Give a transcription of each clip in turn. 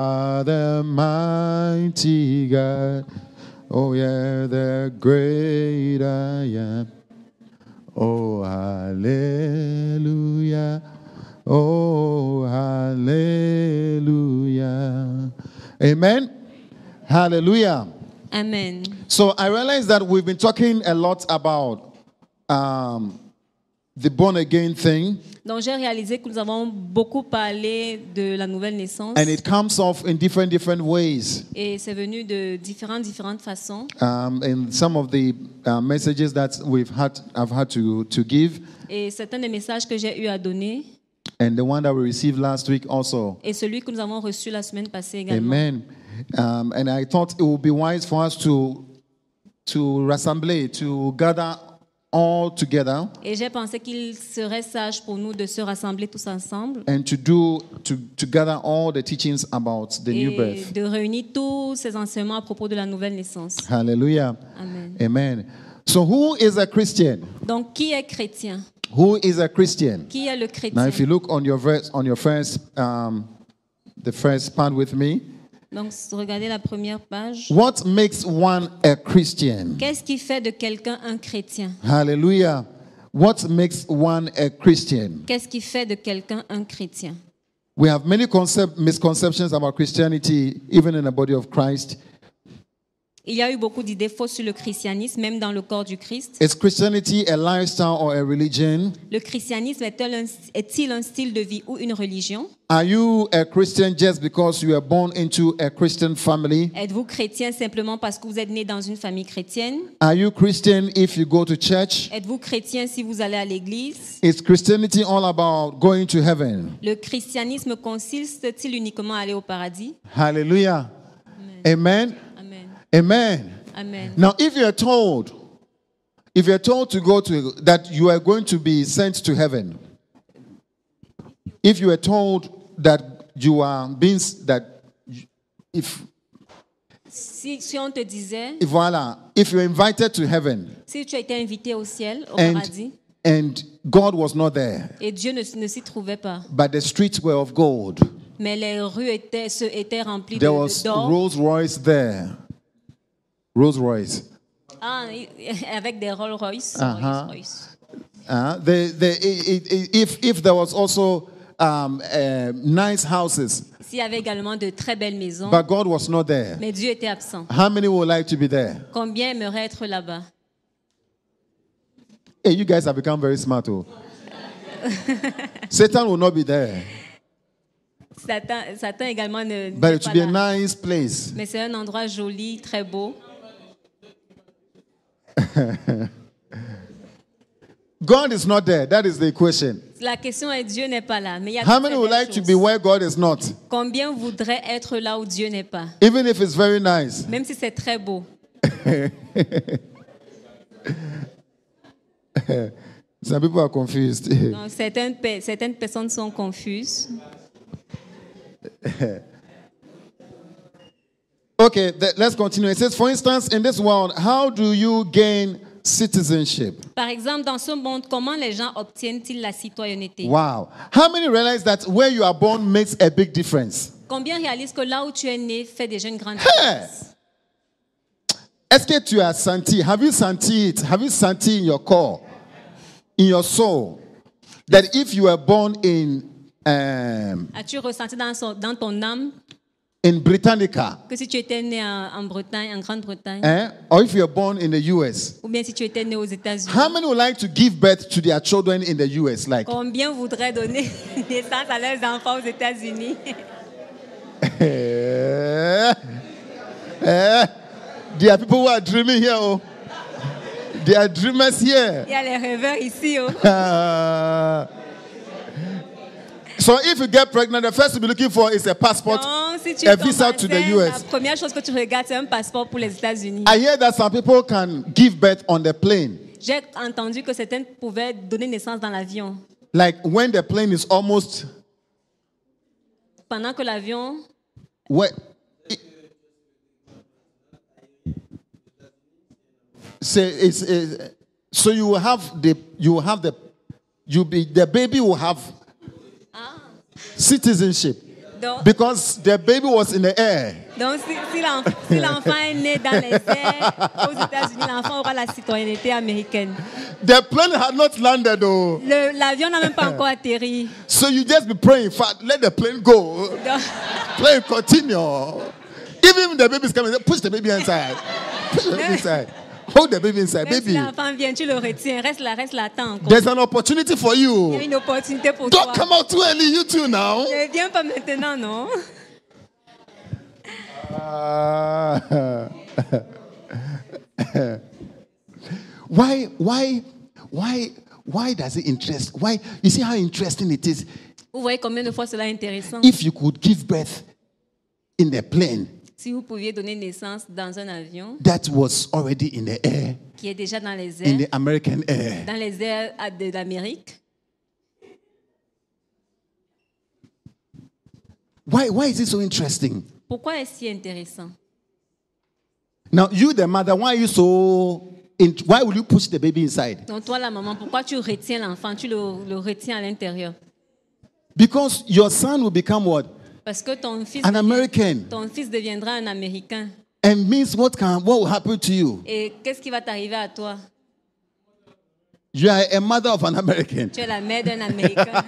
are the mighty God. Oh, yeah, the great I am. Oh, hallelujah. Oh, hallelujah. Amen. Hallelujah. Amen. So I realize that we've been talking a lot about um, the born again thing, Donc j'ai réalisé que nous avons beaucoup parlé de la nouvelle naissance and it comes off in different different ways. et c'est venu de différentes différentes façons um, in some of the uh, messages that we've had, I've had to, to give, et certains des messages que j'ai eu à donner and the one that we received last week also. et celui que nous avons reçu la semaine passée également. Amen. Um, and I thought it would be wise for us to to rassemble, to gather all together, Et j'ai pensé qu'il serait sage pour nous de se rassembler tous ensemble and to do to, to gather all the teachings about the new et birth. de réunir tous ces enseignements à propos de la nouvelle naissance. Hallelujah. Amen. Amen. So, who is a Christian? Donc qui est chrétien Who is a Christian? Qui est le Now, chrétien if you look on your verse, on your first, um, the first part with me, Donc regardez la première page. What makes one a Christian? Qu'est-ce qui fait de quelqu'un un chrétien Hallelujah. What makes one a Christian? Qu'est-ce qui fait de quelqu'un un chrétien We have many concept, misconceptions about Christianity, even in the body of Christ. Il y a eu beaucoup d'idées fausses sur le christianisme, même dans le corps du Christ. Is Christianity a lifestyle or a religion? Le christianisme est-il un, est-il un style de vie ou une religion Are you a Christian just because you were born into a Christian family? Êtes-vous chrétien simplement parce que vous êtes né dans une famille chrétienne Are you Christian if you go to church? Êtes-vous chrétien si vous allez à l'église Is Christianity all about going to heaven? Le christianisme consiste-t-il uniquement à aller au paradis Hallelujah. Amen. Amen. Amen. Amen. Now, if you're told, if you're told to go to that you are going to be sent to heaven, if you are told that you are being s- that you- if Si, si on te disait, if voila, if you're invited to heaven si tu as été invité au ciel, au paradis, and and God was not there, et Dieu ne, s- ne s'y trouvait pas, but the streets were of gold, mais les rues étaient, se- étaient remplies de- there de- was d'or, Rolls Royce there, Rolls Royce. Ah, et- avec des Rolls Royce. Uh-huh. Rolls Royce. Uh, the, the, i- i- i- if if there was also um, uh, nice houses, Ici, il y avait également de très belles maisons, but God was not there. mais Dieu était absent. How many would like to be there? Combien aimerait être là-bas Hey, you guys have become very smart. Oh. Satan will not be there, Satan, Satan également ne. but n'est it pas should be a là. nice place. Mais c'est un endroit joli, très beau. God is not there. That is the question. La question est Dieu n'est pas là. Mais il y a How de many très would belles like to choses. be where God is not, Combien voudraient être là où Dieu n'est pas even if it's very nice? Même si c'est très beau. Some people are confused. Donc, certaines, pe- certaines personnes sont confuses. okay, th- let's continue. It says, for instance, in this world, how do you gain citizenship? Par exemple, dans ce monde, comment les gens obtiennent-ils la citoyenneté Wow. How many realize that where you are born makes a big difference? Combien réalisent que là où tu es né fait déjà une grande Hey! différence Est-ce que tu as senti? Have you senti it? Have you senti in your core, in your soul, that if you were born in um, As-tu ressenti dans, son- dans ton âme in Britannica, que si tu étais né en, en Bretagne, en Grande-Bretagne, eh, or if you were born in the U.S., ou bien si tu étais né aux États-Unis, how many would like to give birth to their children in the U.S.? Like, combien voudraient donner naissance à leurs enfants aux États-Unis eh, eh, there are people who are dreaming here. Oh. There are dreamers here. Il y a les rêveurs ici. oh. Ah. so if you get pregnant, the first you'll be looking for is a passport. Donc, si tu a tombes visa to the Ah. enceinte, US. La première chose que tu regardes, c'est un passeport pour les États-Unis. I hear that some people can give birth on the plane. J'ai entendu que certaines pouvaient donner naissance dans l'avion. Like when the plane is almost Pendant que l'avion, wet. So, it's, it's- so you will have the you will have the you be the baby will have citizenship. Donc, because the baby was in the air. donc, si, si l'en- si l'enfant est né dans les airs aux États-Unis, l'enfant aura la citoyenneté américaine. The plane had not landed, though. Le- L'avion n'a même pas encore atterri. So you just be praying, Father, let the plane go. Donc, Plane continue. Even if the baby's coming, push the baby inside. Push the baby inside. Hold the baby inside. même si Baby, l'enfant vient, tu le retiens. Reste là, reste là, attends. encore. there's an opportunity for Il y a you. une opportunité pour toi. Don't come out too early, you too now. Ne viens pas maintenant, non Ah. why why why why does it interest why you see how interesting it is Vous voyez combien de fois cela est intéressant if you could give birth in the plane Si vous pouviez donner naissance dans un avion that was already in the air qui est déjà dans les in airs, the american air dans les airs à- de l'Amérique, why why is it so interesting pourquoi est-ce si intéressant now you the mother why are you so in, why will you push the baby inside Donc toi, la maman, pourquoi tu retiens l'enfant Tu le, le retiens à l'intérieur. because your son will become what Parce que ton fils, an american ton fils deviendra un Américain. and means what can what will happen to you Et qu'est-ce qui va t'arriver à toi you are a mother of an american Tu es la mère d'un Américain.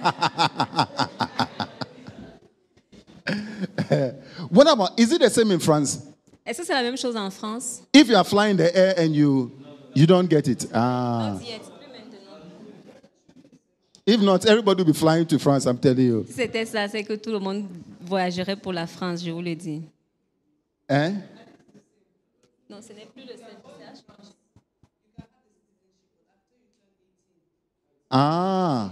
What about, is it the same in France? Est-ce que c'est la même chose en France If you are flying the air and you, you don't get it. Ah. Dis, est-ce que maintenant- If not, everybody will be flying to France, I'm telling you. Si c'était ça, c'est que tout le monde voyagerait pour la France, je vous le dis. Eh? Non, ce n'est plus le CFCH. Ah.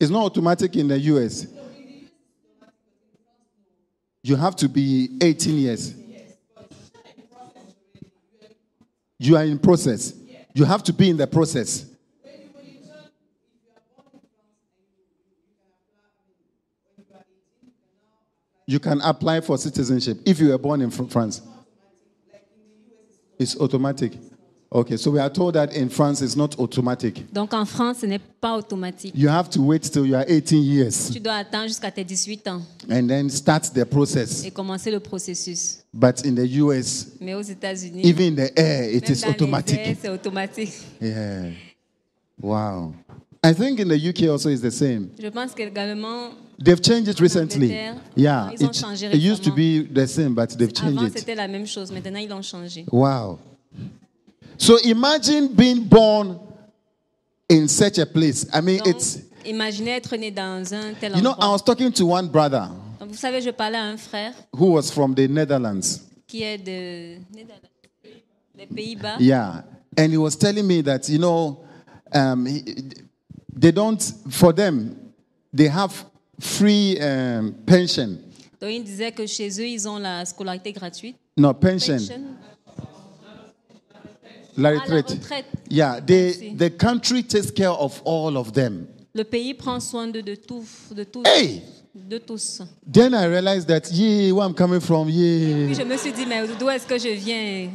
It's not automatic in the US. You have to be 18 years. You are in process. You have to be in the process. You can apply for citizenship if you were born in Fr- France. It's automatic. Okay, so we are told that in France it's not automatic. Donc en France, ce n'est pas automatique. You have to wait till you are 18 years Tu dois attendre jusqu'à tes 18 ans and then start the process. et commencer le processus. But in the US, Mais aux États-Unis, even in the air, it même is dans les airs, automatic. c'est automatique. Yeah. Wow. I think in the UK also is the same. Je pense qu'également, They've changed it recently. Angleterre, Yeah. ils ont It, changé it used to récemment. be the same, but they've avant changed it. c'était la même chose, maintenant ils l'ont changé. Wow. So imagine being born in such a place. I mean, Donc, it's, imaginez être né dans un tel you know, I endroit. was talking to one brother Donc, vous savez, je parlais à un frère who was from the Netherlands. qui est de des Pays-Bas. Yeah. And he was telling me that, you know, um, he- they don't, for them, they have free um, pension. Donc il disait que chez eux, ils ont la scolarité gratuite. No, pension. Pension. Ah, La la retraite. retraite. Yeah, they, Merci. the country takes care of all of them. Le pays prend soin de, de tout, de tous. Hey! De tous. Then I realized that, yeah, where I'm coming from, Puis yeah. je me suis dit, mais d'où est-ce que je viens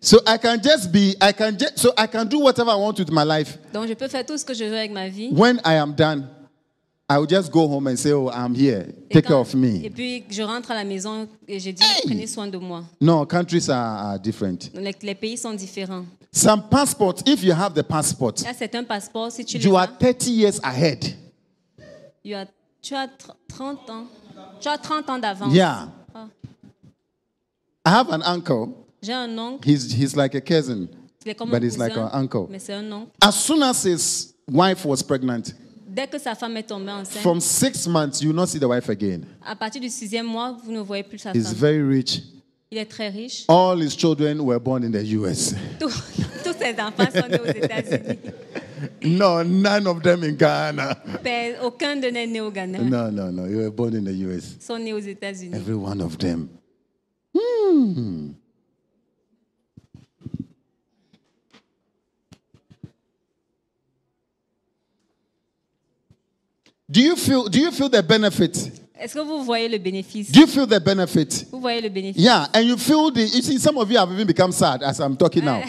So I can just be, I can just, so I can do whatever I want with my life. Donc je peux faire tout ce que je veux avec ma vie. When I am done, I will just go home and say, oh, I'm here. Et Take care quand- of me. Et puis je rentre à la maison et j'ai dit, prenez soin de moi. No, countries are, are different. Donc, les, les pays sont différents. Some passports, if you have the passport, Là, c'est un passeport. Si tu you l'as, are 30 years ahead. tu as, tu as tr- 30 ans. Tu as 30 ans d'avance. Yeah. Ah. I have an uncle. J'ai un oncle. He's, he's like a cousin. Il est comme un But he's cousin, like our uncle. mais c'est un oncle. As soon as his wife was pregnant, Dès que sa femme est tombée enceinte, from six months, you will not see the wife again. à partir du sixième mois, vous ne voyez plus sa He's femme. very rich. Il est très riche. All his children were born in the US. Tous, tous ses enfants sont nés aux États-Unis. No, none of them in Ghana. Père- Aucun de n'est né au Ghana. No, no, no. You were born in the US. Ils sont nés aux États-Unis. Every one of them. Hmm. Hmm. Do you feel do you feel the benefit Est-ce que vous voyez le bénéfice Do you feel the benefit? Vous voyez le bénéfice Yeah, and you feel the. You see, some of you have even become sad as I'm talking now.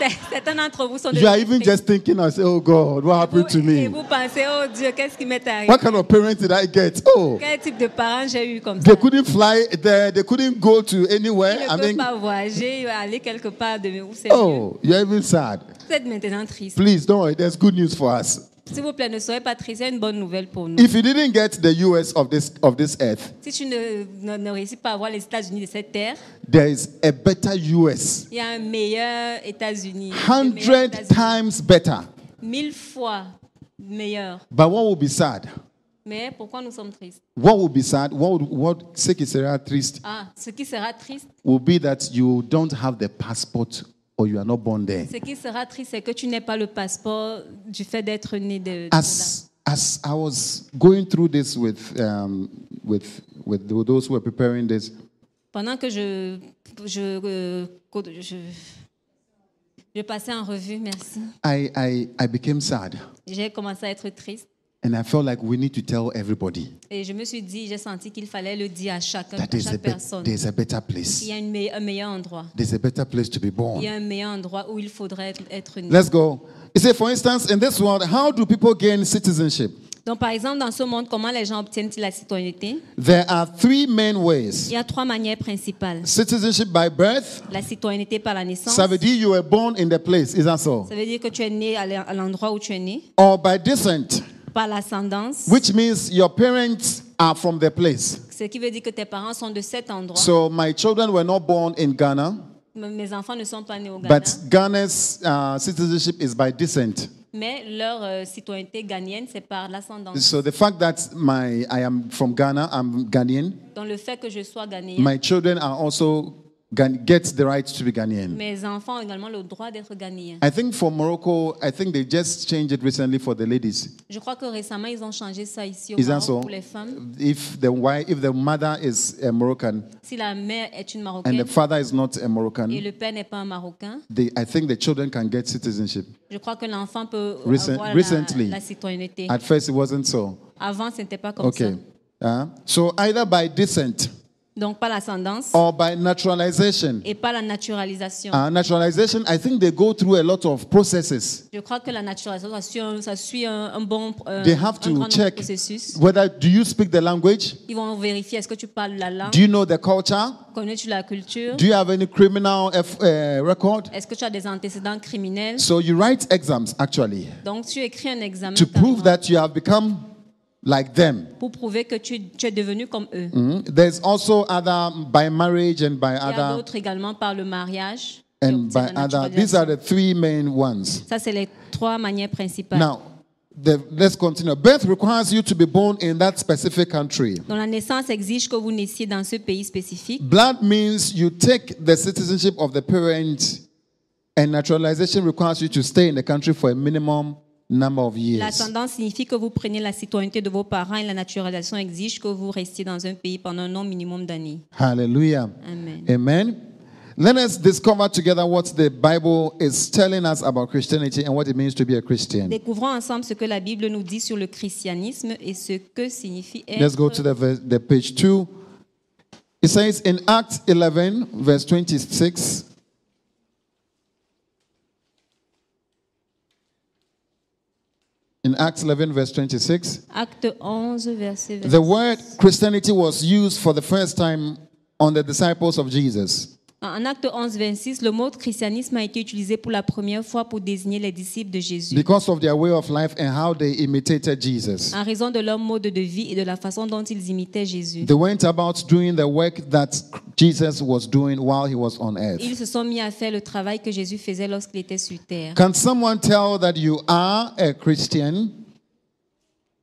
C'est- Certains d'entre vous sont You are devenus even tristes. just thinking, I say, oh God, what happened to Vous- Et me? vous pensez, oh Dieu, qu'est-ce qui m'est arrivé What kind of parents did I get? Oh, Quel type de parents j'ai eu comme ça they couldn't fly, they, they couldn't go to anywhere. Je I ne peux mean, pas voyager, aller quelque part de où c'est mieux. oh, you're even sad. Vous êtes maintenant triste. Please, don't worry, there's good news for us. S'il vous plaît, ne soyez pas triste. C'est une bonne nouvelle pour nous. If you didn't get the US of this, of this earth, Si tu ne, ne, ne réussis pas à voir les États-Unis de cette terre, there is a better US. il y a un meilleur États-Unis. de meilleurs 100 États-Unis. times better. Mille fois meilleur. But what will be sad? Mais pourquoi nous sommes tristes What will be sad? What would, what sick is triste Ah, ce qui sera triste, will be that you don't have the passport or you are not born there. ce qui sera triste, c'est que tu n'aies pas le passeport du fait d'être né de, de là. As as I was going through this with um, with with those who were preparing this, Pendant que je, je, euh, je, je passais en revue, merci, I I, I became sad, j'ai commencé à être triste. and I felt like we need to tell everybody Et je me suis dit, j'ai senti qu'il fallait le dire à chacun, that à there's a chaque bet- personne. there's a better Il place. y a une meille- un meilleur endroit. There's a better place to be Il y born. a un meilleur endroit où il faudrait être- être né. Let's go. You say, for instance, in this world, how do people gain citizenship? Donc, par exemple, dans ce monde, comment les gens obtiennent-ils la citoyenneté There are three main Il ways: y a trois manières principales. citizenship by birth. La citoyenneté par la naissance. Ça veut dire you were born in the place, is that so? Ça veut dire que tu es né à l'en- à l'endroit où tu es né. Or by descent, Par l'ascendance. which means your parents are from the place. Ce qui veut dire que tes parents sont de cet endroit. So my children were not born in Ghana, M- Mes enfants ne sont pas nés au Ghana. but Ghana's uh, citizenship is by descent. Mais leur euh, citoyenneté ghanéenne, c'est par l'ascendance. So the fact that my I am from Ghana, I'm Ghanaian. Dans le fait que je sois ghanéen, My children are also Ghan- get the right to be Ghanaian. mes enfants ont également le droit d'être ghanéens. I think for Morocco, I think they just changed it recently for the ladies. Je crois que récemment, ils ont changé ça ici au Is that Maroc so? pour les femmes. If the wife, if the mother is a Moroccan Si la mère est une and Marocaine the father is not a et Moroccan, le père n'est pas un Marocain, they, I think the children can get citizenship. je crois que l'enfant peut euh, Recent- avoir recently. la, la citoyenneté. At first, it wasn't so. Avant, ce n'était pas comme Okay. ça. Uh, so either by descent Donc, pas l'ascendance or by naturalization. et pas la naturalisation. Uh, naturalization, I think they go through a lot of processes. Je crois que la naturalisation, ça suit un, ça suit un, un bon euh, They have un grand to nombre de check processus. whether do you speak the language, Ils vont vérifier est-ce que tu parles la langue, do you know the culture, connais-tu la culture, do you have any criminal f- uh, record. est-ce que tu as des antécédents criminels. So you write exams actually Donc, tu écris un examen to carrément prove that you have become like them. pour prouver que tu, tu es devenu comme eux. Mhm. There's also other by marriage and by Il y a other d'autres également par le mariage. qui and by obtiennent la other. naturalisation. These are the three main ones. Ça, c'est les trois manières principales. Now, the, let's continue. Birth requires you to be born in that specific country. Donc, la naissance exige que vous naissiez dans ce pays spécifique. Blood means you take the citizenship of the parent, and naturalization requires you to stay in the country for a minimum number of La years. tendance signifie que vous prenez la citoyenneté de vos parents et la naturalisation exige que vous restiez dans un pays pendant un nombre minimum d'années. Hallelujah. Amen. Amen. Let us discover together what the Bible is telling us about Christianity and what it means to be a Christian. Découvrons ensemble ce que la Bible nous dit sur le christianisme et ce que signifie être. Let's go to the, verse- the page 2. It says in Acts 11, verse 26. In Acts 11, verse 26, Acte 11, verset 20. the word Christianity was used for the first time on the disciples of Jesus. En Acte 11, 26, le mot christianisme a été utilisé pour la première fois pour désigner les disciples de Jésus. Because of their way of life and how they imitated Jesus, En raison de leur mode de vie et de la façon dont ils imitaient Jésus. they went about doing the work that Jesus was doing while he was on earth. Ils se sont mis à faire le travail que Jésus faisait lorsqu'il était sur terre. Can someone tell that you are a Christian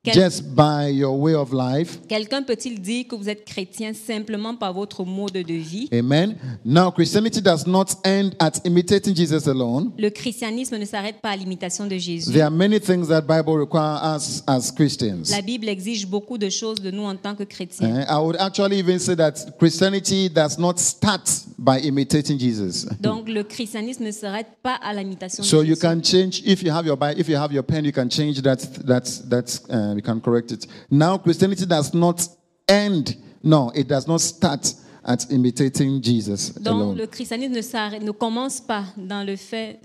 Quel- just by your way of life? Quelqu'un peut-il dire que vous êtes chrétien simplement par votre mode de vie Amen. Now, Christianity does not end at imitating Jesus alone. Le christianisme ne s'arrête pas à l'imitation de Jésus. There are many things that Bible requires us as Christians. La Bible exige beaucoup de choses de nous en tant que chrétiens. Eh, I would actually even say that Christianity does not start by imitating Jesus. Donc le christianisme ne s'arrête pas à l'imitation So de you Jésus. can change if you have your Bible, if you have your pen, you can change that. That's that's uh, you can correct it. Now Christianity does not end. No, it does not start at imitating Jesus Donc, alone. le christianisme ne, s'arrête- ne commence pas dans le fait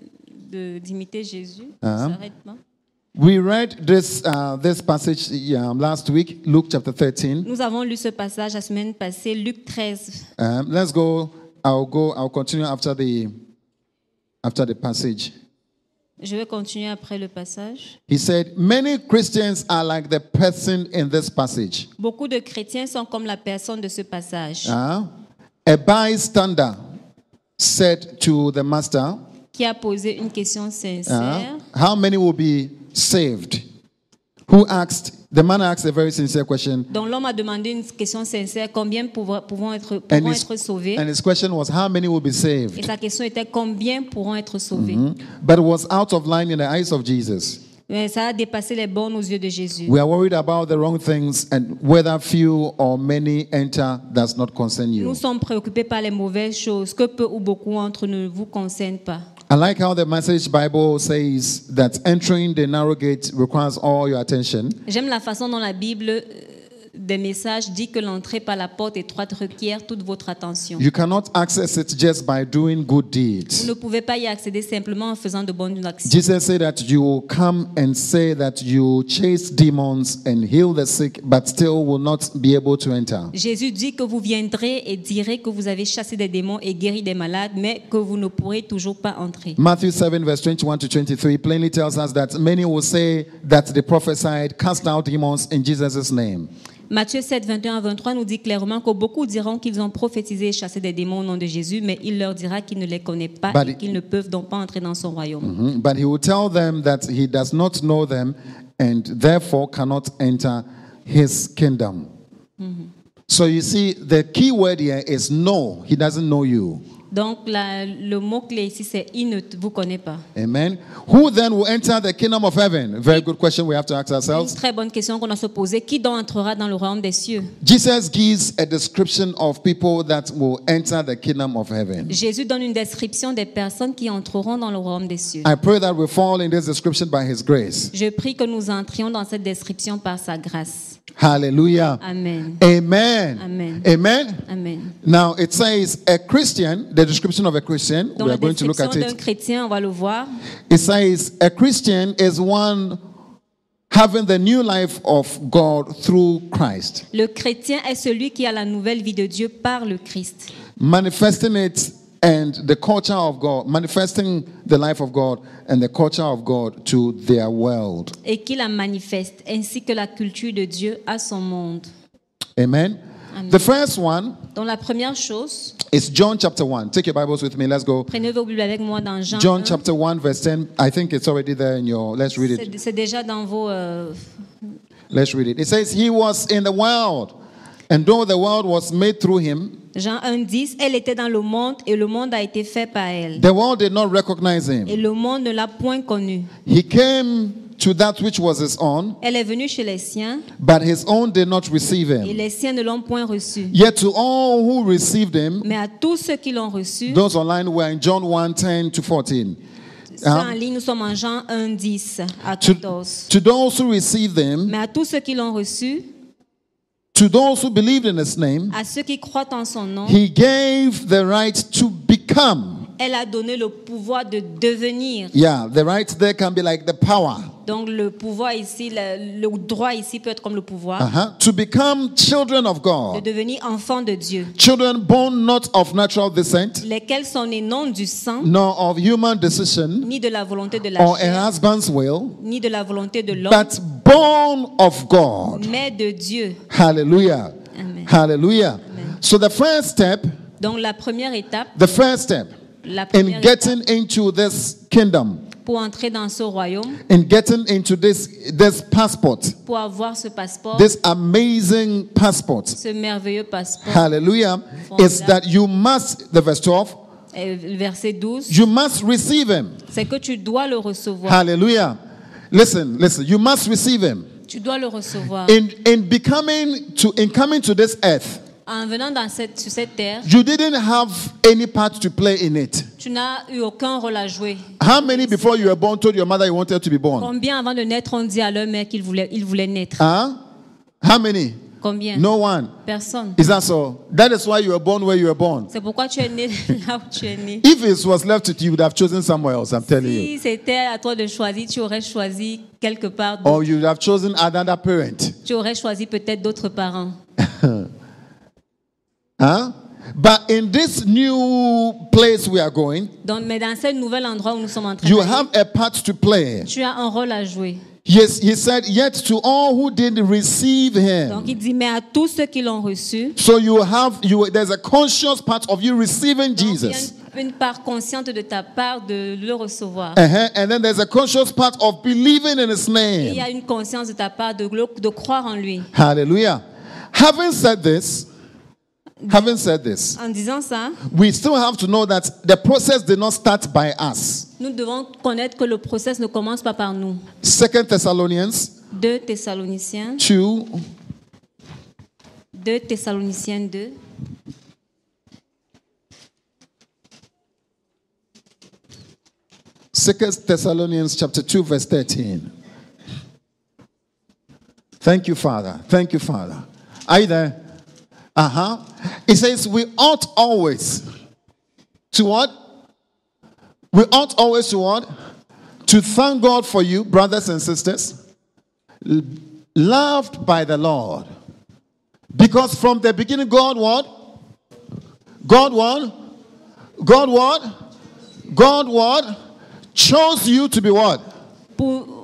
de- d'imiter Jésus. Ah. Ça s'arrête pas. We read this uh, this passage um, last week, Luke chapter 13. Nous avons lu ce passage la semaine passée, Luc 13. Um, let's go. I'll go. I'll continue after the after the passage. Je vais continuer après le passage. He said, "Many Christians are like the person in this passage, Beaucoup de chrétiens sont comme la personne de ce passage, uh, a bystander said to the master, qui a posé une question sincère. uh, "How many will be saved?" Who asked? The man asked a very sincere question, Donc l'homme a demandé une question sincère, combien pourra- pourront être, and pourront his, être sauvés and his question was, "How many will be saved?" Et sa question était combien pourront être sauvés but was out of line in the eyes of Jesus. Mais ça a dépassé les bornes aux yeux de Jésus. We are worried about the wrong things, and whether few or many enter does not concern Nous you. sommes préoccupés par les mauvaises choses que peu ou beaucoup entre nous ne vous concernent pas. I like how the Message Bible says that entering the narrow gate requires all your attention. J'aime la façon dont la Bible euh, des messages dit que l'entrée par la porte étroite requiert toute votre attention. You cannot access it just by doing good Vous deeds. ne pouvez pas y accéder simplement en faisant de bonnes actions. Jesus said that you will come and say that you chase demons and heal the sick, but still will not be able to enter. Jésus dit que vous viendrez et direz que vous avez chassé des démons et guéri des malades, mais que vous ne pourrez toujours pas entrer. Matthew 7, verse 21 to 23 plainly tells us that many will say that they prophesied, cast out demons in Jesus' name. Matthieu 7, 21 à 23 nous dit clairement que beaucoup diront qu'ils ont prophétisé et chassé des démons au nom de Jésus, mais il leur dira qu'il ne les connaît pas Bah, les- et qu'ils ne peuvent donc pas entrer dans son royaume. Mhm. But he will tell them that he does not know them and therefore cannot enter his kingdom. So you see, the key word here is no. He doesn't know you. Donc la- le mot-clé ici, c'est « il ne t- vous connaît pas Amen. Who then will enter the kingdom of heaven? Very good question we have to ask ». Une ourselves. très bonne question qu'on doit se poser. Qui donc entrera dans le royaume des cieux Jesus gives a description of people that will enter the kingdom of heaven. Jésus donne une description des personnes qui entreront dans le royaume des cieux. I pray that we fall in this description by his grace. Je prie que nous entrions dans cette description par sa grâce. Hallelujah. Amen. Amen. Amen. Amen. Amen. Now it says a Christian, the description of a Christian, Dans we are la going to look description at d'un it. chrétien, on va le voir, It says a Christian is one having the new life of God through Christ, Le chrétien est celui qui a la nouvelle vie de Dieu par le Christ, manifesting it and the culture of God, manifesting the life of God and the culture of God to their world. et qui la manifeste, ainsi que la culture de Dieu à son monde. Amen. The first one Donc la première chose, is John chapter 1. Take your Bibles with me. Let's go. prenez vos Bibles avec moi dans Jean John 1. chapter 1 verse 10. I think it's already there in your Let's read it. C'est c'est déjà dans vos... euh, Let's read it. It says, He was in the world, and though the world was made through him, Jean 1, 10, elle était dans le monde et le monde a été fait par elle. the world did not recognize him. Et le monde ne l'a point connue. He came to that which was his own, Elle est venue chez les siens but his own did not receive et him. les siens ne l'ont point reçue. Yet to all who received him, Mais à tous ceux qui l'ont reçue, those online were in John 1 10 to 14. ça en Uh, ligne, nous sommes en Jean 1, 10 à to, 14. to those who received them, Mais à tous ceux qui l'ont reçue, to those who believed in his name, À ceux qui croient en son nom, he gave the right to become. elle a donné le pouvoir de devenir. Yeah, the right there can be like the power. Donc le pouvoir ici, le, le droit ici peut être comme le pouvoir Uh-huh. To become children of de God. devenir enfant de Dieu, Children born not of natural descent, lesquels sont nés non du sang, nor of human decision ni de la volonté de la or a chair, husband's will, ni de la volonté de l'homme, but born of God. mais de Dieu. Hallelujah. Amen. Hallelujah. So the first step, Donc la première étape, the first step la première in étape getting into this kingdom, pour entrer dans ce royaume, in getting into this this passport, pour avoir ce passeport, this amazing passport. ce merveilleux passeport, Hallelujah. Is that you must the verse 12, euh, verset 12, you must receive him. c'est que tu dois le recevoir. Hallelujah. Listen, listen. You must receive him. Tu dois le recevoir. In in becoming to in coming to this earth, En venant dans cette, sur cette terre, you didn't have any part to play in it. Tu n'as eu aucun rôle à jouer. How many before you were born told your mother you wanted to be born? Combien avant de naître on dit à leur mère qu'ils voulaient, ils voulaient naître Huh? How many? Combien No one. Personne. Is that so? That is why you were born where you were born. C'est pourquoi tu es né là où tu es né. If it was left to you, you would have chosen somewhere else, I'm telling you. Si c'était à toi de choisir, tu aurais choisi quelque part. d'autre. Or you would have chosen another parent. Tu aurais choisi peut-être d'autres parents. Huh? But in this new place we are going, Donc, mais dans ce nouvel endroit où nous sommes en train you d'aller, have a part to play. tu as un rôle à jouer. Yes, he said, yet to all who did receive Donc him. il dit, mais à tous ceux qui l'ont reçu, So you have you there's a conscious part of you receiving donc, il y a Jesus. une, une part consciente de ta part de le recevoir. Uh-huh. And then there's a conscious part of believing in his Il y name. a une conscience de ta part de, le- de croire en lui. Hallelujah. Having said this, having said this, En disant ça, we still have to know that the process did not start by us. nous devons connaître que le process ne commence pas par nous. Second Thessalonians 2 Thessaloniciens, 2 2 Thessaloniciens 2. Second Thessalonians chapter 2, verse 13. Thank you, Father. Thank you, Father. Are you there? Uh-huh. It says, we ought always to what? We ought always to what? To thank God for you, brothers and sisters, l- loved by the Lord. Because from the beginning, God what? God what? God what? God what? Chose you to be what? Pour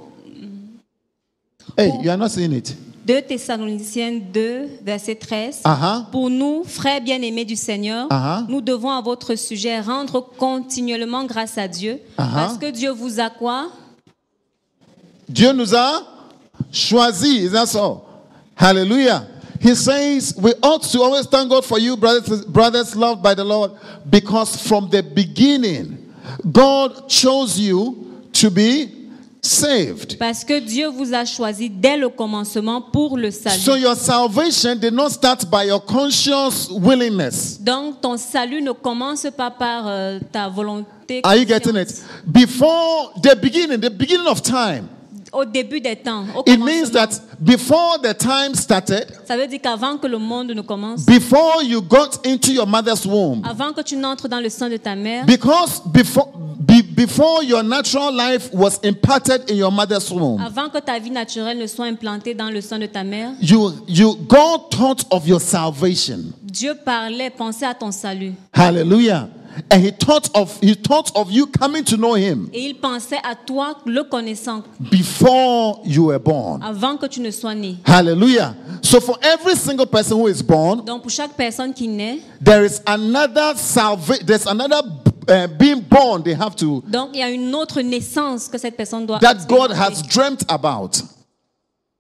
Hey, you are not seeing it. 2 Thessaloniciens 2, verset 13. Uh-huh. Pour nous, frères bien-aimés du Seigneur, Uh-huh. nous devons à votre sujet rendre continuellement grâce à Dieu, Uh-huh. parce que Dieu vous a quoi Dieu nous a choisis. That's all. Hallelujah. He says, We ought to always thank God for you, brothers, brothers loved by the Lord, because from the beginning, God chose you to be saved. Parce que Dieu vous a choisi dès le commencement pour le salut. So your salvation did not start by your conscious willingness. Donc ton salut ne commence pas par euh, ta volonté. Are you getting consciente. it? Before the beginning, the beginning of time, Au début des temps. au It means commencement. that before the time started, Ça veut dire qu'avant que le monde ne commence, before you got into your mother's womb, avant que tu n'entres dans le sang de ta mère, because before be, before your natural life was imparted in your mother's womb, avant que ta vie naturelle ne soit implantée dans le sang de ta mère, you you God thought of your salvation. Dieu parlait, pensait à ton salut. Hallelujah. And he thought of he thought of you coming to know him Et il pensait à toi, le connaissant, before you were born. avant que tu ne sois né. Hallelujah. So for every single person who is born, Donc pour chaque personne qui naît, there is another salvation. There's another uh, being born they have to donc il y a une autre naissance que cette personne doit that God has dreamt about.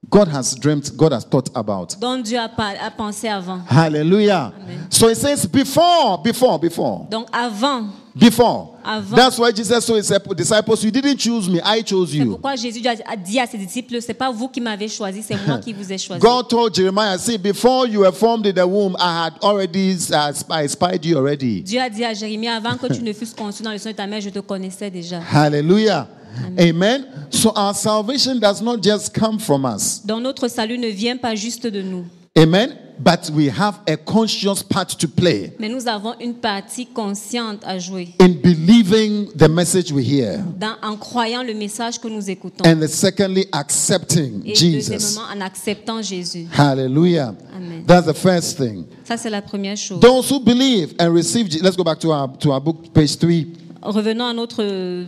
God has dreamt, God has thought about. dont Dieu a, par- a pensé avant. Hallelujah. So it says before, before, before, Donc avant, before. Avant. That's why Jesus told his disciples, You didn't choose me, I chose c'est you. pourquoi Jésus a a dit à ses disciples, c'est pas vous qui m'avez choisi, c'est moi qui vous ai choisi. God told Jeremiah, See, before you were formed in the womb, I had already uh, sp- I spied you already. Dieu a dit à Jérémie, avant que tu ne fusses conçu dans le sein de ta mère, je te connaissais déjà. Hallelujah. Amen. So our salvation does not just come from us. Donc notre salut ne vient pas juste de nous, Amen. But we have a conscious part to play. mais nous avons une partie consciente à jouer in believing the message we hear dans- en croyant le message que nous écoutons and secondly accepting et jesus deuxièmement en acceptant Jésus. hallelujah Amen. that's the first thing Ça c'est la première chose. those who believe and receive Je- let's go back to our to our book page 3 Revenons à notre euh,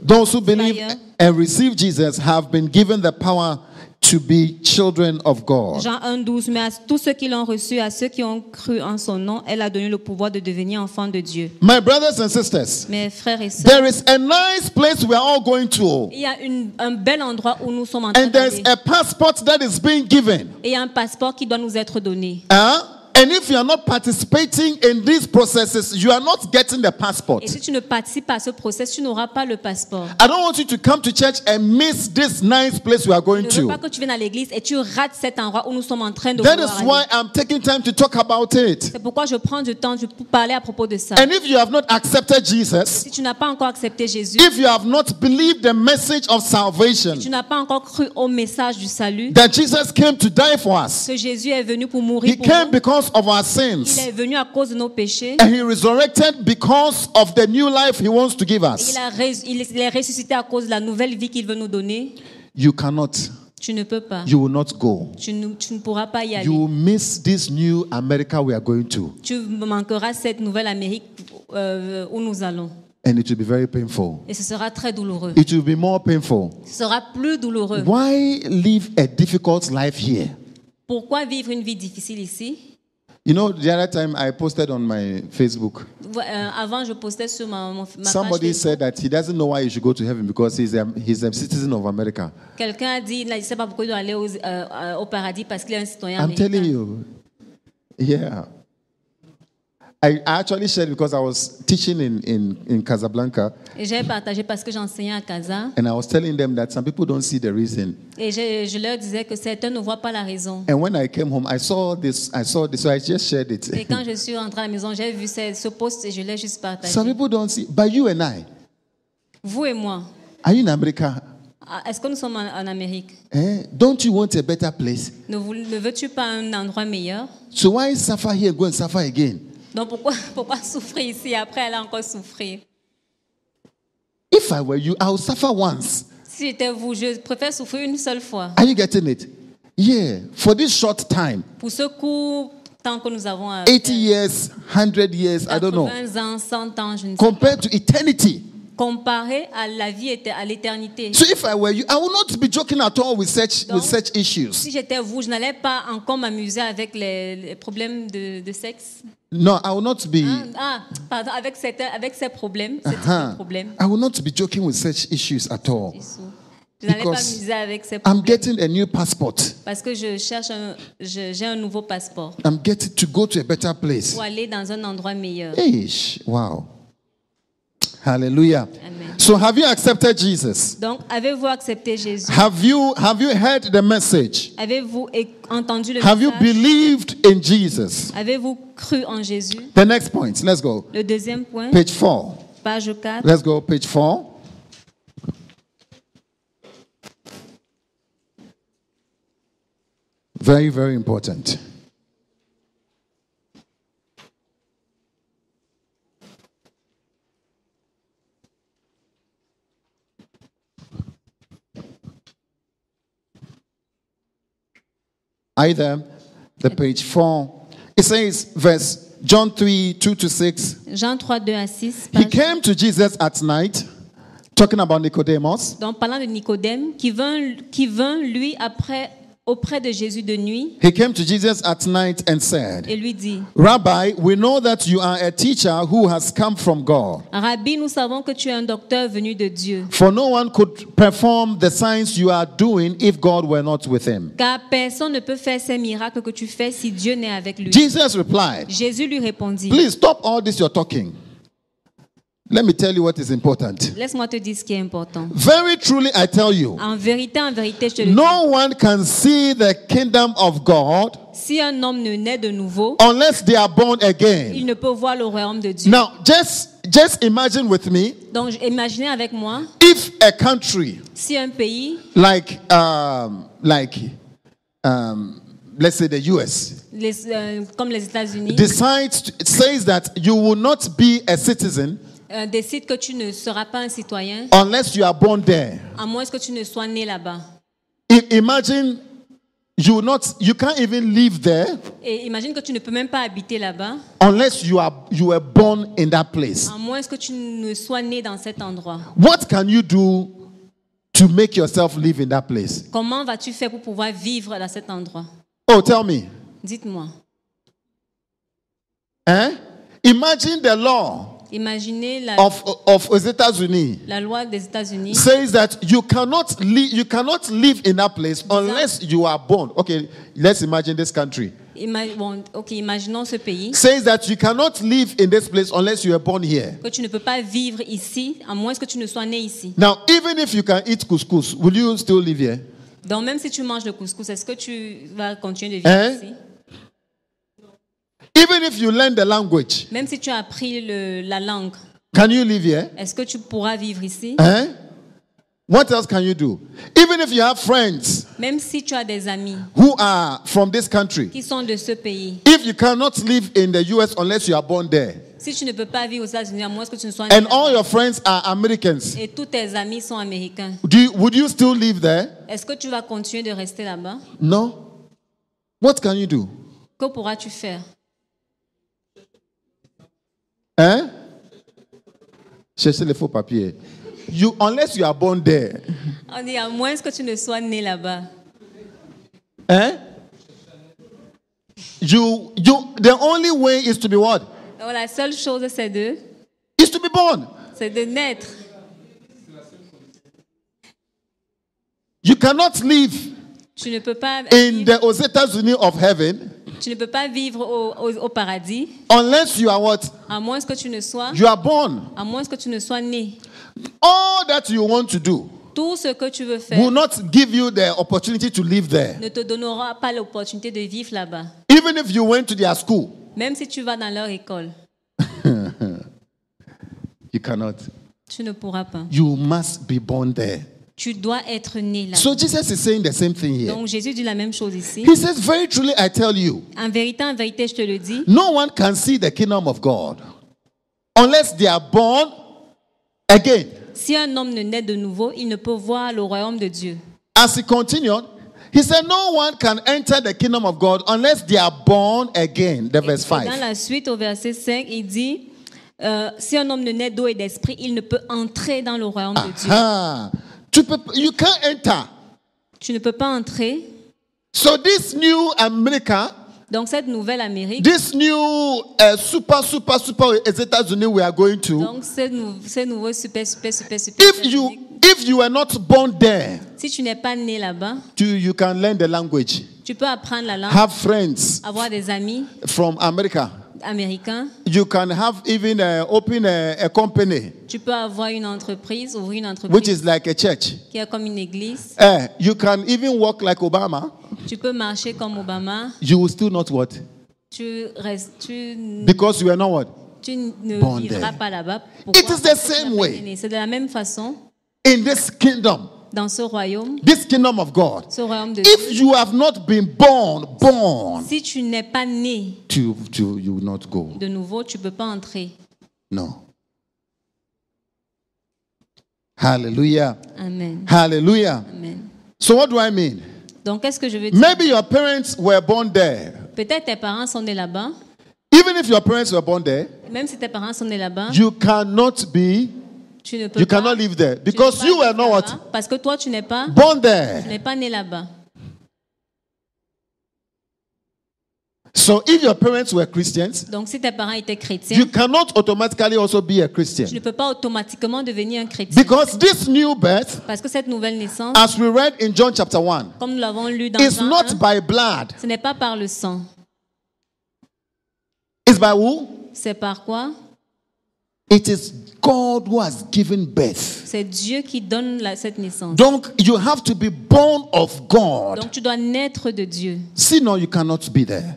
those who believe Flyer. and receive jesus have been given the power to be children of god Jean 1, 12, mais à tous ceux qui l'ont reçu, à ceux qui ont cru en son nom, elle a donné le pouvoir de devenir enfant de Dieu. my brothers and sisters Mes frères et sœurs, there is a nice place we are all going to il y a une- un bel endroit où nous sommes en train and there's d'aller. a passport that is being given Et il y a un passeport qui doit nous être donné. Huh? And if you are not participating in these processes, you are not getting the passport. Et si tu ne participes pas à ce process, tu n'auras pas le passeport. I don't want you to come to church and miss this nice place we are Je going ne veux pas to. que tu viennes à l'église et tu rates cet endroit où nous sommes en train de That vouloir is aller. why I'm taking time to talk about it. C'est pourquoi je prends du temps pour parler à propos de ça. And if you have not accepted Jesus, Si tu n'as pas encore accepté Jésus, if you have not believed the message of salvation, tu n'as pas encore cru au message du salut, that Jesus came to die for us, que Jésus est venu pour He mourir pour came nous. because of our Il sins, est venu à cause de nos péchés. and He resurrected because of the new life He wants to give Et us. Il, a rés- il est- il est ressuscité à cause de la nouvelle vie qu'il veut nous donner. You cannot, Tu ne peux pas. you will not go. Tu ne, tu ne pourras pas y aller. You will miss this new America we are going to, Tu manqueras cette nouvelle Amérique euh, où nous allons. and it will be very painful. Et ce sera très douloureux. It will be more painful. Ce sera plus douloureux. Why live a difficult life here? Pourquoi vivre une vie difficile ici You know, the other time I posted on my Facebook, Vo- euh, Avant, je postais sur ma, mon- ma page somebody Facebook. said that he doesn't know why he should go to heaven because he's a, he's a citizen of America. Quelqu'un a dit, là, il ne sait pas pourquoi il doit aller aux- euh, euh, au paradis parce qu'il est un citoyen I'm américain. telling you. Yeah. I I actually shared because I was teaching in, in, in Casablanca Et j'ai partagé parce que j'enseignais à Casa. and I was telling them that some people don't see the reason. Et je, je leur disais que certains ne voient pas la raison. And when I came home, I saw this, I saw this, so I just shared it. Et quand je suis rentrée à la maison, j'ai vu ce, ce post et je l'ai juste partagé. Some people don't see, but you and I, Vous et moi, are you in America? ah, est-ce que nous sommes en, en Amérique Eh? Don't you want a better place? Ne, voul- ne veux-tu pas un endroit meilleur So why suffer here, go and suffer again? Donc pourquoi, pourquoi souffrir ici et après aller encore souffrir If I were you, I would suffer once. Si j'étais vous, je préfère souffrir une seule fois. Are you getting it? Yeah, for this short time, Pour ce court temps que nous avons à 80 years, 100 years, I don't know, 80 ans, 100 ans, je ne sais compared to eternity. Comparé à la vie, éter- à l'éternité. So if I were you, I would not be joking at all with such with Don't. such issues. Si j'étais vous, je n'allais pas encore m'amuser avec les, les problèmes de, de sexe. No, I will not be. Ah, ah, pardon, avec, cette, avec ces problèmes, Ah, ces types de huh, problèmes. I will not be joking with such issues at all. Je n'allais pas Because m'amuser avec ces I'm problèmes getting a new passport. parce que je cherche un, je- j'ai un nouveau passeport I'm getting to go to a better place. pour aller dans un endroit meilleur. Ish, wow. Hallelujah. Amen. So have you accepted Jesus? Donc, avez-vous accepté Jésus Have you have you heard the message? Avez-vous é- entendu le Have you message believed in Jesus? Avez-vous cru en Jésus The next point. Let's go. Le deuxième point, Page 4. page 4. Let's go, page four. Very, very important. Either the page four, it says, verse John 3 2 to 6. Jean 3, 2 à 6. He page- came to Jesus at night, talking about Nicodemus. Donc, parlant de Nicodème, qui vint, qui vint lui après, auprès de Jésus de nuit He came to Jesus at night and said, et lui dit Rabbi, we know that you are a teacher who has come from God, Rabbi, nous savons que tu es un docteur venu de Dieu, for no one could perform the signs you are doing if God were not with him. car personne ne peut faire ces miracles que tu fais si Dieu n'est avec lui. Jesus replied, Jésus lui répondit Please stop all this you're talking. Let me tell you what is important. Laisse-moi te dire ce qui est important. Very truly, I tell you, En vérité, en vérité, je te le dis. no one can see the kingdom of God Si un homme ne naît de nouveau, unless they are born again. il ne peut voir le royaume de Dieu. Now, just just imagine with me Donc, j- imaginez avec moi, if a country si un pays, like um, like um, let's say the U.S. les- euh, comme les États-Unis, decides to, says that you will not be a citizen euh, décide que tu ne seras pas un citoyen, unless you are born there. à moins que tu ne sois né là-bas. I- imagine you will not you can't even live there Et imagine que tu ne peux même pas habiter là-bas, unless you are you were born in that place. à moins que tu ne sois né dans cet endroit. What can you do to make yourself live in that place? Comment vas-tu faire pour pouvoir vivre dans cet endroit Oh, tell me. Dites-moi. Eh? Imagine the law Imaginez la, of of aux États-Unis. la loi des États-Unis. says that you cannot live you cannot live in that place unless you are born okay let's imagine this country Ima- bon, ok, imaginons ce pays, says that you cannot live in this place unless you are born here. que tu ne peux pas vivre ici, à moins que tu ne sois né ici. Now, even if you can eat couscous, will you still live here? Donc, même si tu manges le couscous, est-ce que tu vas continuer de vivre Hein? ici Even if you learn the language, Même si tu as appris le- la langue, can you live here? est-ce que tu pourras vivre ici Eh? What else can you do? Even if you have friends Même si tu as des amis who are from this country, qui sont de ce pays, if you cannot live in the US unless you are born there, si tu ne peux pas vivre aux États-Unis, à moins que tu ne sois né and là-bas, all your friends are Americans, et tous tes amis sont américains, do you, would you still live there? est-ce que tu vas continuer de rester là-bas No. What can you do? Que pourras-tu faire Hein? Cherchez les faux papiers. You, unless you are born there. On dit à moins que tu ne sois né là-bas. Hein? Eh? You, you, the only way is to be what? Donc la seule chose, c'est de, Is to be born. c'est de naître. You cannot live Tu ne peux pas in vivre, the Ozetas of heaven tu ne peux pas vivre au, au- au paradis, unless you are what? à moins que tu ne sois, You are born. à moins que tu ne sois né. All that you want to do Tout ce que tu veux faire will not give you the opportunity to live there. ne te donnera pas l'opportunité de vivre là-bas, Even if you went to their school, même si tu vas dans leur école. you cannot. Tu ne pourras pas. You must be born there. Tu dois être né là. So Jesus is saying the same thing here. Donc Jésus dit la même chose ici. He says, Very truly, I tell you, En vérité, en vérité, je te le dis, no one can see the kingdom of God unless they are born again. si un homme ne naît de nouveau, il ne peut voir le royaume de Dieu. As he continued, he said, No one can enter the kingdom of God unless they are born again. The verse Et Dans 5. la suite, au verset 5, il dit euh, Si un homme ne naît d'eau et d'esprit, il ne peut entrer dans le royaume de Dieu. Ah, tu peux- you can't enter. Tu ne peux pas entrer. So, this new America, Donc, cette nouvelle Amérique, this new uh, super, super, super États Unis we are going to, donc ce, nou- ce nouveau super, super, super, super. if you if you were not born there, Si tu n'es pas né là-bas, you, you can learn the language, tu peux apprendre la langue, have friends avoir des amis from America. américains, You can have even uh, open a, a company, tu peux avoir une entreprise, ouvrir une which entreprise is like a church. qui est comme une église, Eh, you can even walk like Obama. tu peux marcher comme Obama, you will still not what? tu, restes, tu, n- Because you are not what? tu ne Born vivras there. pas là-bas. It is the Parce que tu same n'as pas way. été né. C'est de la même façon. In this kingdom, dans ce royaume, this kingdom of God, ce royaume de Dieu. if you have not been born, born, Si tu n'es pas né to, to, you will not go. de nouveau, tu peux pas entrer. No. Hallelujah. Amen. Hallelujah. Amen. So, what do I mean? Donc, qu'est-ce que je veux dire Maybe your parents were born there. Peut-être tes parents sont nés là-bas. Even if your parents were born there, Même si tes parents sont nés là-bas, you cannot be, tu ne peux you pas. cannot live there tu ne peux because pas you were vivre not là-bas what? Parce que toi, tu n'es pas, Born tu there. n'es pas né là-bas. So, if your parents were Christians, Donc, si tes parents étaient chrétiens, you cannot automatically also be a Christian. tu ne peux pas automatiquement devenir un chrétien. Because this new birth, Parce que cette nouvelle naissance, as we read in John chapter 1, comme nous l'avons lu dans is Jean not 1, by blood. ce n'est pas par le sang. It's by who? C'est par quoi It is God who has given birth. C'est Dieu qui donne la- cette naissance. Donc, you have to be born of God. Donc, tu dois naître de Dieu. Sinon, you cannot be there.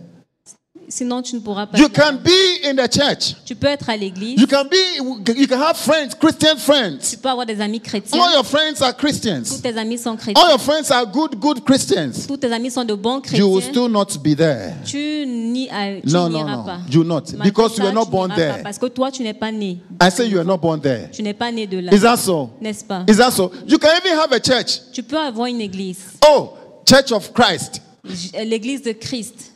Sinon, tu ne pourras pas. You être là. can be in the church. Tu peux être à l'église. You can be, you can have friends, Christian friends. Tu peux avoir des amis chrétiens. All your friends are Tous Christians. tes amis sont chrétiens. All your friends are good, good Christians. Tous tes amis sont de bons You will chrétiens. still not be there. Tu n'y a- tu No, n'iras no, pas. no. You not. Malgré Because you ça, were not tu born n'iras pas, there. Parce que toi, tu n'es pas né. I say you are not born there. Tu n'es pas né de là. Is that so? N'est-ce pas Is that so? You can even have a church. Tu peux avoir une église. Oh, Church of Christ. J- euh, L'église de Christ.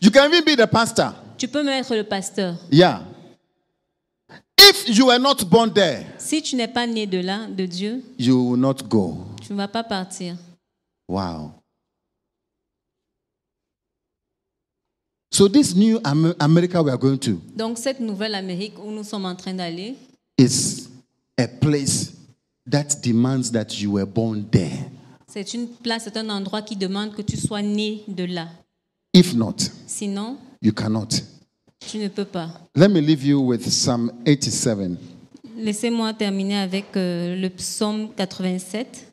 You can even be the pastor. Tu peux même être le pasteur. Yeah. If you were not born there, Si tu n'es pas né de là, de Dieu, you will not go. tu ne vas pas partir. Wow. So this new Am- America we are going to Donc, cette nouvelle Amérique où nous sommes en train d'aller, is a place that demands that you were born there. c'est une place, c'est un endroit qui demande que tu sois né de là. If not, Sinon, you cannot. tu ne peux pas. Let me leave you with Psalm 87. Laissez-moi terminer avec euh, le psaume 87.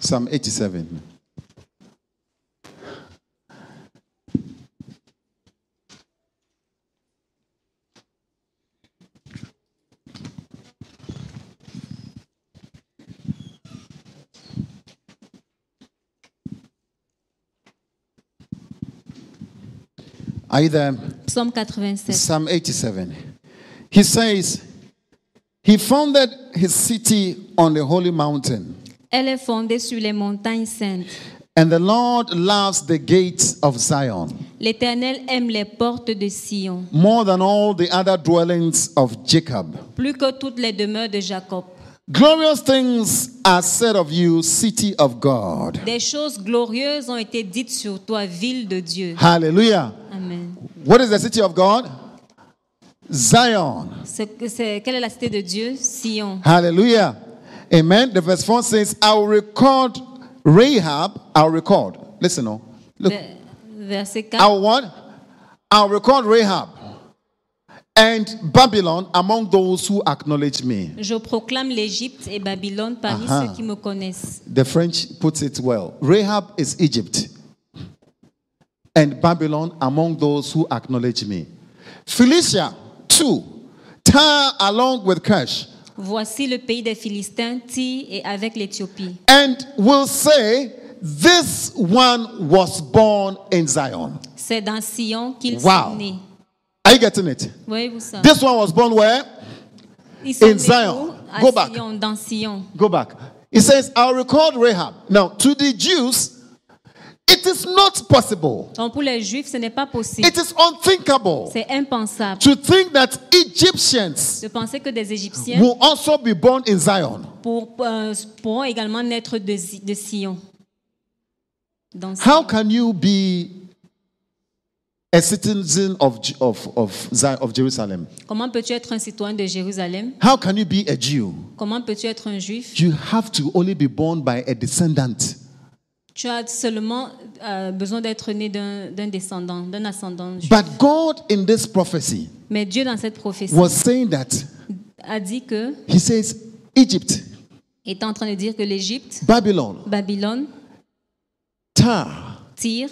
Psalm 87. Are you there? Psaume 87. Psalm 87. He says, He founded his city on the holy mountain, Elle est fondée sur les montagnes saintes. and the Lord loves the gates of Zion L'Éternel aime les portes de Sion, more than all the other dwellings of Jacob. plus que toutes les demeures de Jacob. Glorious things are said of you, city of God. Des choses glorieuses ont été dites sur toi, ville de Dieu. Hallelujah. Amen. What is the city of God? Zion. Ce que c'est- quelle est la cité de Dieu Sion. Hallelujah. Amen. The verse 4 says, I'll record Rahab. I'll record. Listen, oh. Look. Ver- Verset 4. I'll what? I'll record Rahab and Babylon among those who acknowledge me. Je proclame l'Égypte et Babylone parmi Aha. ceux qui me connaissent. The French puts it well. Rahab is Egypt, and Babylon among those who acknowledge me. Phoenicia, too, Tyre along with Cush, Voici le pays des Philistins, Tyr et avec l'Éthiopie. and will say, This one was born in Zion. C'est dans Sion qu'ils Wow. sont nés. Are you getting it? Voyez-vous ça This one was born where? Ils sont in nés Zion. où À Go back. Sion, dans Sion. Go back. It says, I'll record Rahab. Now, to the Jews, it is not possible. Donc pour les Juifs, ce n'est pas possible. It is unthinkable C'est impensable to think that Egyptians de penser que des Égyptiens will also be born in Zion. pour- euh, pourront également naître de, Zi- de Sion. Dans Sion. How can you be a citizen of, Ju- of, of, Zion, of Jerusalem? Comment peux-tu être un citoyen de Jérusalem How can you be a Jew? Comment peux-tu être un Juif You have to only be born by a descendant. Tu as seulement euh, besoin d'être né d'un d'un descendant, d'un ascendant. juif. But God, in this prophecy, Mais Dieu, dans cette prophétie, was saying that a dit que, He says, Egypt, est en train de dire que l'Égypte, Babylon, Babylone, Tyre, Tyr,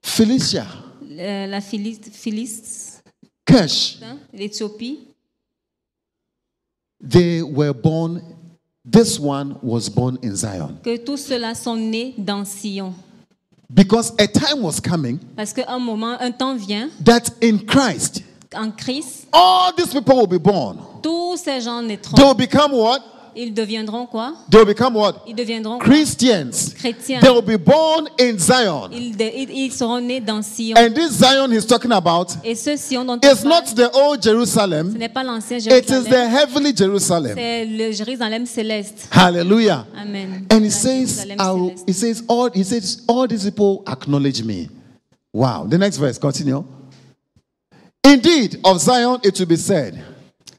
Phoenicia, euh, la Philiste, Philiste Cush, hein, l'Éthiopie, they were born. This one was born in Zion que tous ceux-là sont nés dans Sion. because a time was coming Parce qu'un moment, un temps vient, that in Christ en Christ, all these people will be born. tous ces gens naîtront. They will become what? Ils deviendront quoi They will become what? Ils deviendront Christians. chrétiens. They will be born in Zion. Ils, de- ils- ils seront nés dans Sion. And this Zion he's talking about Et ce Sion dont is on parle, not the old ce Jerusalem, n'est pas l'ancien it is Jérusalem, the heavenly Jerusalem. c'est le Jérusalem céleste. Hallelujah. Amen. And he La says, Jérusalem I'll- céleste. he says, all he says, all these people acknowledge me. Wow. The next verse, continue. Indeed, of Zion it will be said,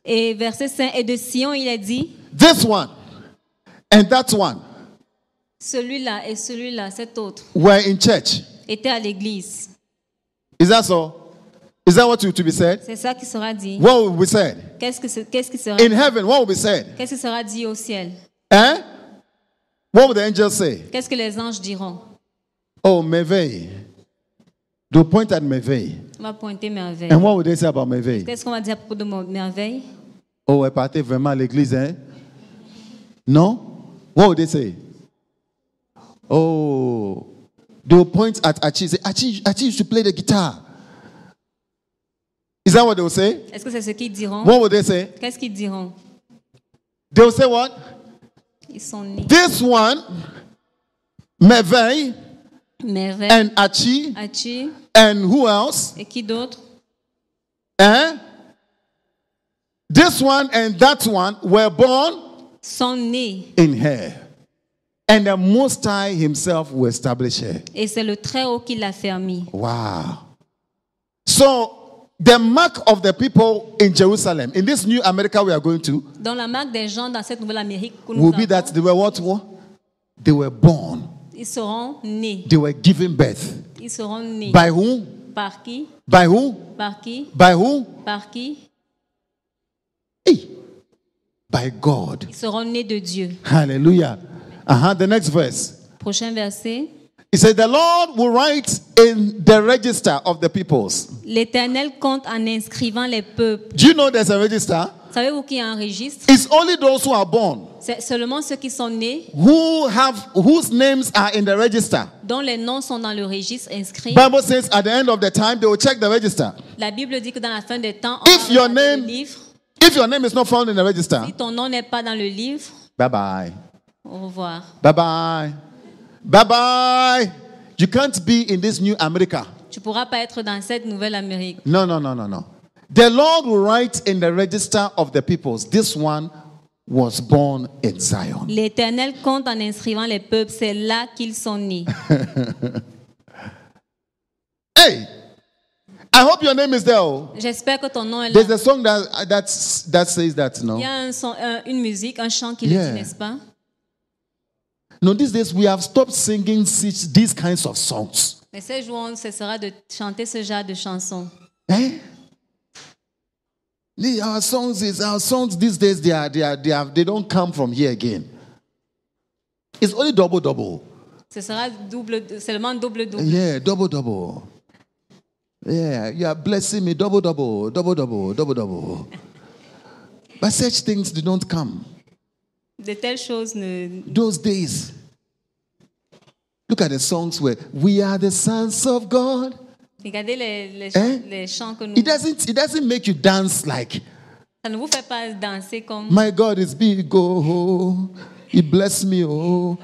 Et verset 5, et de Sion, il est dit, this one and that one celui-là et celui-là, cet autre, were in church. était à l'église. Is that so? Is that what will to be said? C'est ça qui sera dit. What will be said? Qu'est-ce que ce- qu'est-ce qui sera In heaven, what will be said? Qu'est-ce qui sera dit au ciel Eh? What will the angels say? Qu'est-ce que les anges diront Oh, Mevei. They'll point at Mevei. On va pointer merveille. And what will they say about Mevei? Qu'est-ce qu'on va dire à propos de mon- merveille Oh, elle partait vraiment à l'église, hein? Non? eh? What would they say? Oh, they'll point at Achi. Say, Achi, Achi used to play the guitar. Is that what they'll say? Est-ce que c'est ce qu'ils diront What would they say? Qu'est-ce qu'ils diront They'll say what? Ils sont nés. This one, Mevei Merveille, and Achi Hachi and who else? et qui d'autre Eh? This one and that one were born sont nés. in her. And the Most High Himself will establish her. Et c'est le Très-Haut qui l'a fermé. Wow. So the mark of the people in Jerusalem, in this new America we are going to, Dans la marque des gens dans cette nouvelle Amérique que nous will be avons, that they were what? what? They were born. ils seront nés. They were given birth. Ils seront nés. By whom? Par qui By whom? Par qui By whom? Par qui Hey. By God. Ils seront nés de Dieu. Hallelujah. Uh-huh. The next verse. Prochain verset. It says, The Lord will write in the register of the peoples. L'Éternel compte en inscrivant les peuples. Do you know there's a register? Savez-vous qui enregistre It's only those who are born, C'est seulement ceux qui sont nés, who have whose names are in the register. dont les noms sont dans le registre inscrit. Bible says at the end of the time they will check the register. La Bible dit que dans la fin des temps, If your regarder name- le livre. If your name is not found in the register, Si ton nom n'est pas dans le livre, bye bye. au revoir. Bye bye. Bye bye. You can't be in this new America. Tu pourras pas être dans cette nouvelle Amérique. No, no, no, no, no. The Lord will write in the register of the peoples. This one was born in Zion. L'Éternel compte en inscrivant les peuples, c'est là qu'ils sont nés. Hey, I hope your name is there. oh. J'espère que ton nom est là. There's a song that, that, that says that, Il y no? a un son- un- une musique, un chant qui le Yeah. dit, n'est-ce pas No, these days we have stopped singing such- these kinds of songs. Mais ces jours, on cessera de chanter ce genre de chansons. Eh? The- Our songs is our songs these days they are they are they are they don't come from here again. It's only double double. Ce sera double, seulement double double. Yeah, double double. Yeah, you are blessing me double double, double double, double double. But such things did not come. De telles choses ne. Those days. Look at the songs where we are the sons of God. Regardez les, les, Hein? les chants que nous. It doesn't it doesn't make you dance like Ça ne vous fait pas danser comme. My God is big, oh, He bless me, oh.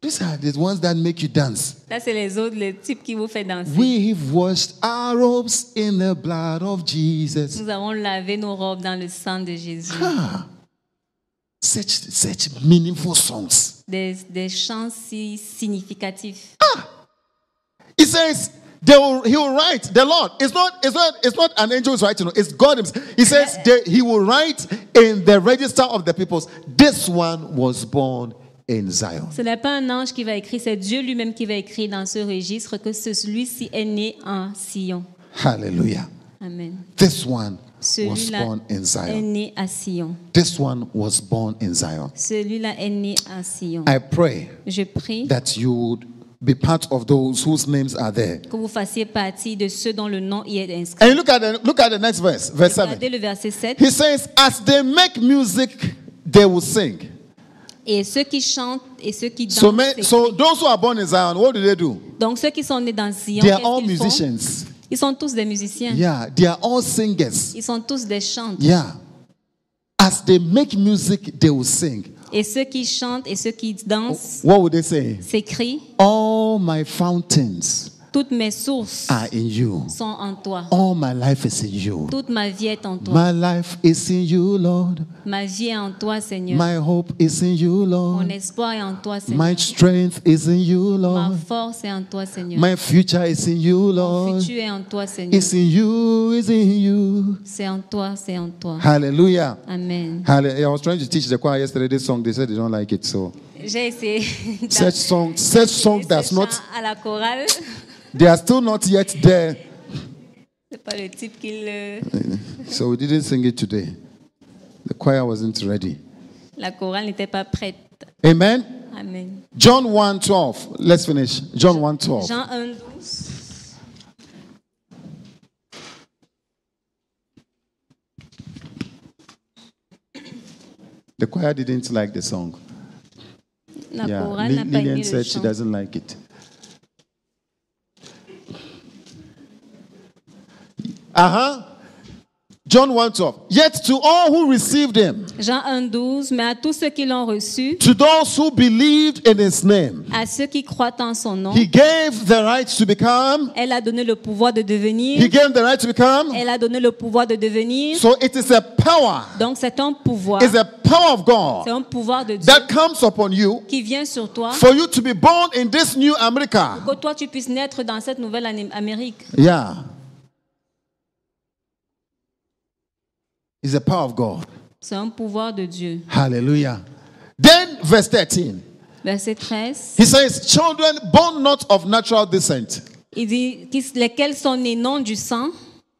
These are the ones that make you dance. Là, c'est les autres, les types qui vous fait danser. We've washed our robes in the blood of Jesus. Nous avons lavé nos robes dans le sang de Jésus. Ah, such, such meaningful songs. Des, des chants si significatifs. He says, they will, he will write the Lord. It's not, it's not, it's not an angel is writing. It's God himself. He says they- he will write in the register of the peoples. This one was born in Zion. Ce n'est pas un ange qui va écrire, c'est Dieu lui-même qui va écrire dans ce registre que celui-ci est né en Sion. Hallelujah. Amen. This one was Celui-là born in est Zion. né à Sion. This one was born in Zion. Celui-là est né à Sion. I pray Je prie that you would be part of those whose names are there. que vous fassiez partie de ceux dont le nom y est inscrit. And look at the, look at the next verse, verse 7. Regardez le verset 7. He says, As they make music, they will sing. Et ceux qui chantent et ceux qui dansent. So, ma- c'est- so those who are born in Zion, what do they do? Donc ceux qui sont nés dans Sion, They are qu'est-ce all qu'ils font musicians. Ils sont tous des musiciens. Yeah, they are all singers. Ils sont tous des chants. Yeah. As they make music, they will sing. Et ceux qui chantent et ceux qui dansent What would they say? s'écrient All my fountains Toutes mes sources are in you. sont en toi. All my life is in you. Toute ma vie est en Oh. toi. My life is in you, Lord. Ma vie est en toi, Seigneur. My hope is in you, Mon Lord. espoir est en toi, Seigneur. My strength is in you, Ma Lord. force est en toi, Seigneur. My future is in you, Mon Lord. futur est en toi, Seigneur. It's in you, it's in you. C'est en toi, c'est en toi. Hallelujah. Amen. Hallelujah. I was trying to teach the choir yesterday this song. They said they don't like it. So J'ai essayé such d'apprendre song, such song that's ce chant not à la chorale. they are still not yet there. C'est pas le type qui le... So we didn't sing it today. The choir wasn't ready. La chorale n'était pas prête. Amen. Amen. John 1 12. Let's finish. John 1 12. Jean 1, 12. The choir didn't like the song. La yeah. chorale Lil- n'a pas Lillian aimé le said she chant. doesn't like it. Uh-huh. John 1 12. Yet to all who received him, Jean 1, 12. Mais à tous ceux qui l'ont reçu, to those who believed in his name, à ceux qui croient en son nom, he gave the right to become. elle a donné le pouvoir de He devenir. gave the right to become. Elle a donné le pouvoir de devenir. So it is a power. Donc c'est un pouvoir. It's a power of C'est God un pouvoir de Dieu that comes upon you qui vient sur toi for you to be born in this new America. que toi tu puisses naître dans cette nouvelle Ané- Amérique. Yeah. It's the power of God. C'est un pouvoir de Dieu. Hallelujah. Then, verse 13, Verset 13, he says, Children born not of natural descent, il dit Qui- lesquels sont nés non du sang,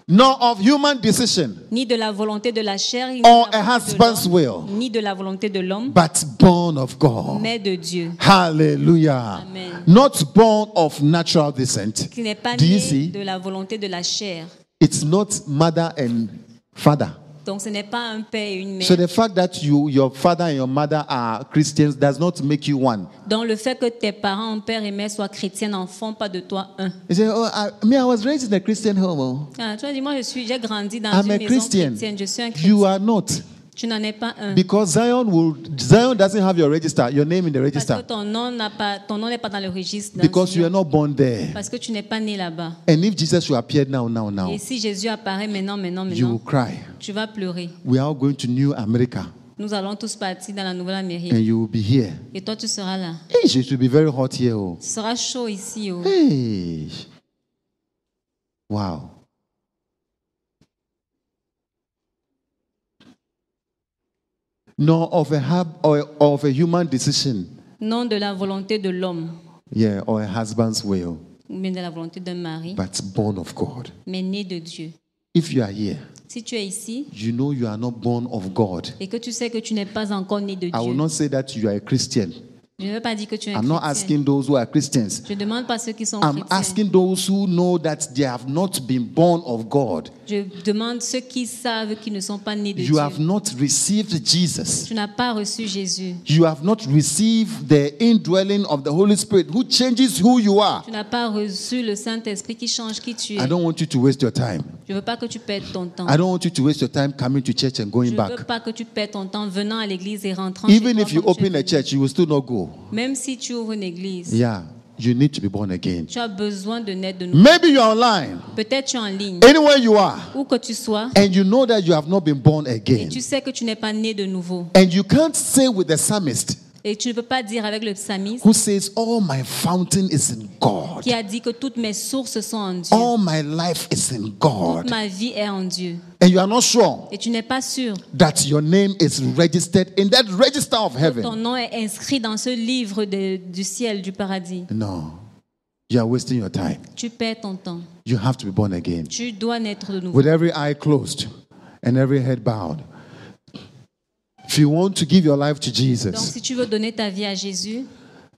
nor of human decision, ni de la volonté de la chair, ni de or a la volonté de husband's l'homme, will, ni de la volonté de l'homme, but born of God. mais de Dieu. Hallelujah. Amen. Not born of natural descent. Qui n'est pas Do you né see? de la volonté de la chair. It's not mother and father. Donc ce n'est pas un père et une mère. So the fact that you, your father and your mother are Christians does not make you one. Donc le fait que tes parents, père et mère, soient chrétiens n'en font pas de toi un. You say, oh, I, me, I was raised in a Christian home. oh. Ah, toi, dis moi, je suis, j'ai grandi dans I'm une a maison Ah, Christian. chrétienne. Je suis un chrétien. You are not. Tu n'en es pas un. Because Zion will Zion doesn't have your register, your name in the Parce que register. ton nom n'a pas, ton nom n'est pas dans le registre. dans Because Zion. you are not born there. Parce que tu n'es pas né là-bas. And if Jesus will appear now, now, now, Et si Jésus apparaît maintenant, maintenant, you will maintenant, cry. tu vas pleurer. We are all going to New America, Nous allons tous partir dans la Nouvelle-Amérique. and you will be here. Et toi, tu seras là. Hey, it should be very hot here. Oh. Tu seras chaud ici. oh. Hey. Wow. Nor of a hub or of a human decision, Non de la volonté de l'homme, yeah, or a husband's will, ou bien de la volonté d'un mari, but born of God. mais né de Dieu. If you are here, Si tu es ici you know you are not born of God. et que tu sais que tu n'es pas encore né de I will Dieu, not say that you are a Christian. je ne veux pas dire que tu es un I'm not chrétien. asking those who are Christians. Je ne demande pas ceux qui sont I'm chrétiens. asking those who know that they have not been born of God. Je demande ceux qui savent qu'ils ne sont pas nés de You have Dieu. not received Jesus. Tu n'as pas reçu Jésus. You have not received the indwelling of the Holy Spirit who changes who you are. Tu n'as pas reçu le Saint-Esprit qui change qui tu es. I don't want you to waste your time. Je ne veux pas que tu perdes ton temps. I don't want you to waste your time coming to church and Je going ne back. veux pas que tu perdes ton temps venant à l'église et rentrant chez Even toi if you comme tu es open a venu. church, you will still not go. Même si tu ouvres une église, Yeah, Mm. you need to be born again. tu as besoin de naître de nouveau. Maybe you're online, Peut-être tu es en ligne. anywhere you are, Où que tu sois, and you know that you have not been born again. tu sais que tu n'es pas né de nouveau. And you can't say with the psalmist Et tu ne peux pas dire avec le psalmiste who says, All my fountain is in God, qui a dit que toutes mes sources sont en Dieu. all my life is in God. Ma vie est en Dieu. And you are not sure Et tu n'es pas sûr. that your name is registered in that register of heaven. Ton nom est inscrit dans ce livre de- du ciel, du paradis. No. You are wasting your time. Tu perds ton temps. You have to be born again. Tu dois naître de nouveau. With every eye closed and every head bowed. If you want to give your life to Donc, Jesus, si tu veux donner ta vie à Jésus,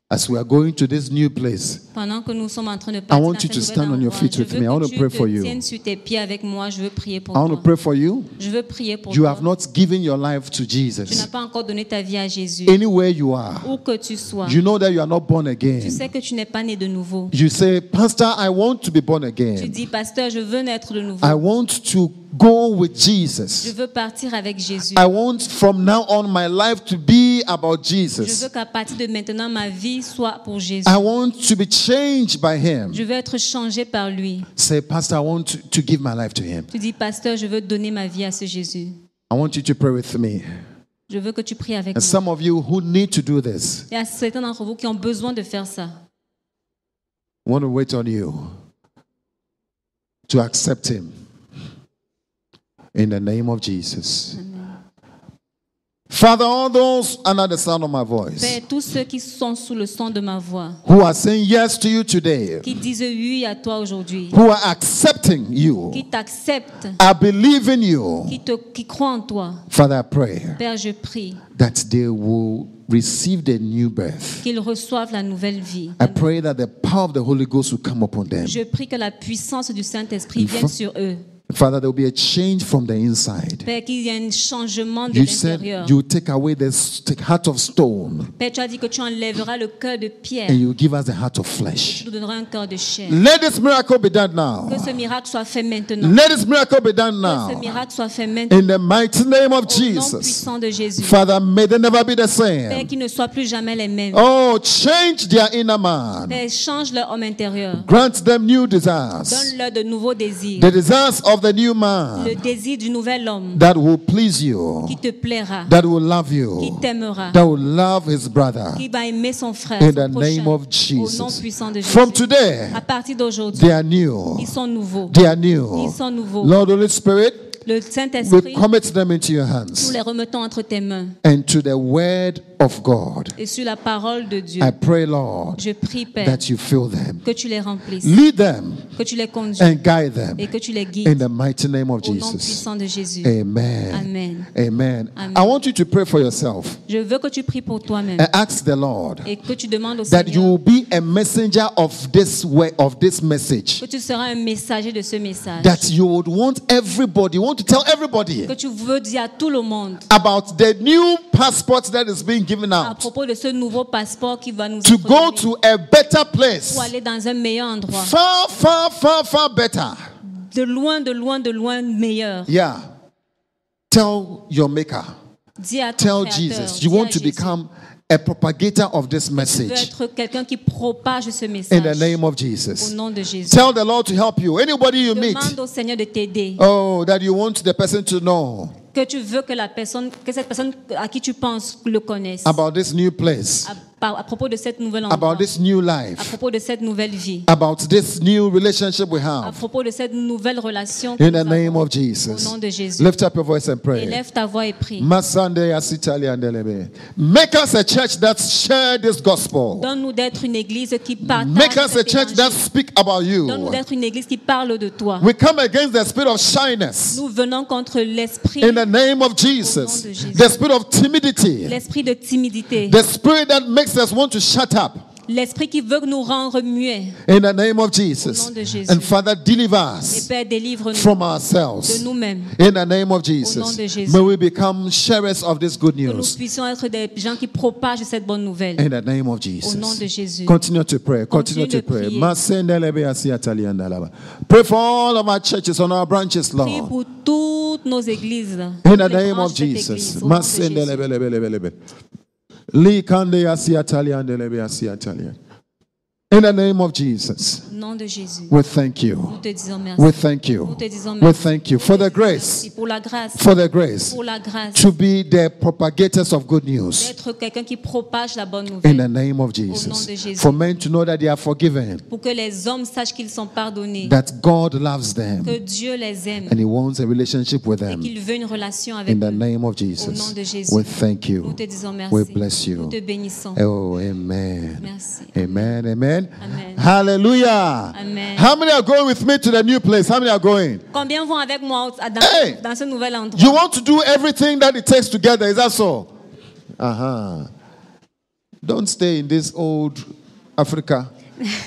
as we are going to this new place, pendant que nous sommes en train de partir, want dans you ce to nouvel stand on your endroit, feet je with veux me. I que want to tu pray te for you. tiennes sur tes pieds avec moi. Je veux prier pour I want to toi. pray for you. Je veux prier pour You toi. have not given your life to Tu n'as Jesus. pas encore donné ta vie à Jésus. Anywhere you are, Où que tu sois, you know that you are not born again. tu sais que tu n'es pas né de nouveau. You say, Pastor, I want to be born Tu again. dis, pasteur, je veux naître de nouveau. I want to go with Je Jesus. veux partir avec Jésus. I want from now on my life to be about Je Jesus. Ah. veux qu'à partir de maintenant, ma vie soit pour Jésus. I want to be changed by him. Je veux être changé par lui. Say, Pastor, I want to, to give my life to him. Tu dis, pasteur, je veux donner ma vie à ce Jésus. I want you to pray with me. Je veux que tu pries avec And moi. some of you who need to do this, Il y a certains d'entre vous qui ont besoin de faire ça. I want to wait on you to accept him. In the name of Jesus. Father, all those under the sound of my voice Père, tous ceux qui sont sous le son de ma voix, who are saying yes to you today, qui disent oui à toi aujourd'hui, who are accepting you, qui t'acceptent, I believe in you. qui, te, qui croient en toi, Father, I pray Père, je prie that they will receive the new birth. qu'ils reçoivent la nouvelle vie. I pray that the power of the Holy Ghost will come upon them. Je prie que la puissance du Saint-Esprit vienne sur eux. Father, there will be a change from the inside. Père, qu'il y ait un changement de You said l'intérieur. you take away the st- heart of stone Père, tu as dit que tu enlèveras le cœur de pierre. and you give us the heart of flesh. Tu nous donneras un cœur de chair. Let this miracle be done now. Que ce miracle soit fait maintenant. Let this miracle be done Que ce now. miracle soit fait maintenant. In the mighty name of Au nom Jesus. puissant de Jésus. Father, may they never be the Père, same. qu'ils ne soient plus jamais les mêmes. Oh, change their inner man. Père, change leur homme intérieur. Grant them new desires. Donne-leur de nouveaux désirs. The desires of the new Le man désir du nouvel homme that will please you, qui te plaira, that will love qui you, t'aimera, that will love his brother. qui va aimer son frère, in the son prochain, name of au nom Jesus. puissant de From Jésus. today, À partir d'aujourd'hui, they are new. ils sont nouveaux. They are new. Ils sont nouveaux. Lord Holy Spirit, le we Saint-Esprit, commit them into your nous hands les remettons entre tes mains and to the word of God. et sur la parole de Dieu. I pray, Lord, Je prie, Père, that you fill them, que tu les remplisses, lead them, que tu les conduis and guide them et que tu les in guides the mighty name of au nom Jesus. puissant de Jésus. Amen. Amen. Amen. Amen. I want you to pray for yourself Je veux que tu pries pour toi-même and ask the Lord et que tu demandes au that you Seigneur will be a messenger of this way of this message. que tu seras un messager de ce message, That you would want everybody, want to tell everybody que tu veux dire à tout le monde about the new passport that is being given à out propos de ce nouveau passeport qui va nous to être go donné to a better place. pour aller dans un meilleur endroit, Far, far, far, far better. de loin, de loin, de loin meilleur. Yeah. Tell your maker. Dis à ton Tell Créateur, Jesus. dis You à want to Jésus, become a propagator of this tu veux message être quelqu'un qui propage ce in the message name of au Jesus. nom de Jésus. Tell the Lord to help you. Anybody you meet. Demande au Seigneur de t'aider, Oh, that you want the person to know que tu veux que la personne, que cette personne à qui tu penses le connaisse, about this new place, à, par- à propos de cette nouvelle endroit, about this new à life, propos de cette nouvelle vie, about this new relationship we à have. propos de cette nouvelle relation. que In the nous avons. name of Au Jesus. nom de Jésus. Lift up your voice and pray. Élève ta voix et prie. Masande Asitali Andelebe. Make us a church that share this gospel. Donne-nous d'être une église qui partage. Make us a cet church that évangile. speak about Donne-nous you. d'être une église qui parle de toi. We come against the spirit of shyness Nous venons contre l'esprit, in the name of Jesus. Au nom de Jésus. The spirit of timidity. l'esprit de timidité, The spirit that makes us want to shut up l'esprit qui veut nous rendre muets. in the name of Jesus. Au nom de Jésus. And Father, deliver Et us Père, délivre-nous from de ourselves nous-mêmes. in the name of Jesus. de Jésus. May we become sharers of this good Que nous news puissions être des gens qui propagent cette bonne nouvelle. in the name of Jesus. nom de Jésus. Continue to pray. Continue, Continue to de pray. prier. Masendelebe Asiatali Andalaba. Pray for all of our churches on our branches, Prie Lord. pour toutes nos églises. In toutes the les name branches of de cette Jesus. église, au nom de Jésus. Masendelebelebelebelebe. Likandeasiataliandelebe asiatalia. In the name of Jesus, Au nom de Jésus. we thank Nous you. te disons merci. We thank you. Nous te disons We merci. thank you for the Merci grace, pour la grâce. for the grace Pour la grâce. to be the propagators of good news. d'être quelqu'un qui propage la bonne In the nouvelle name of de Jésus. Jesus. For men to know that they are forgiven, pour que les hommes sachent qu'ils sont pardonnés, that God loves them, que Dieu les aime and He wants a relationship with et them. qu'il veut une relation avec In the eux. name of nom de Jesus, Jésus. we thank Nous you. te disons We merci. bless Nous you. te bénissons. Oh, amen. Merci. Amen, amen. Amen. Hallelujah. Amen. How many are going with me to the new place? How many are going? Combien vont avec moi au- à- dans, Hey! dans ce nouvel endroit You want to do everything that it takes together, is that so? Uh-huh. Uh huh. Don't stay in this old Africa.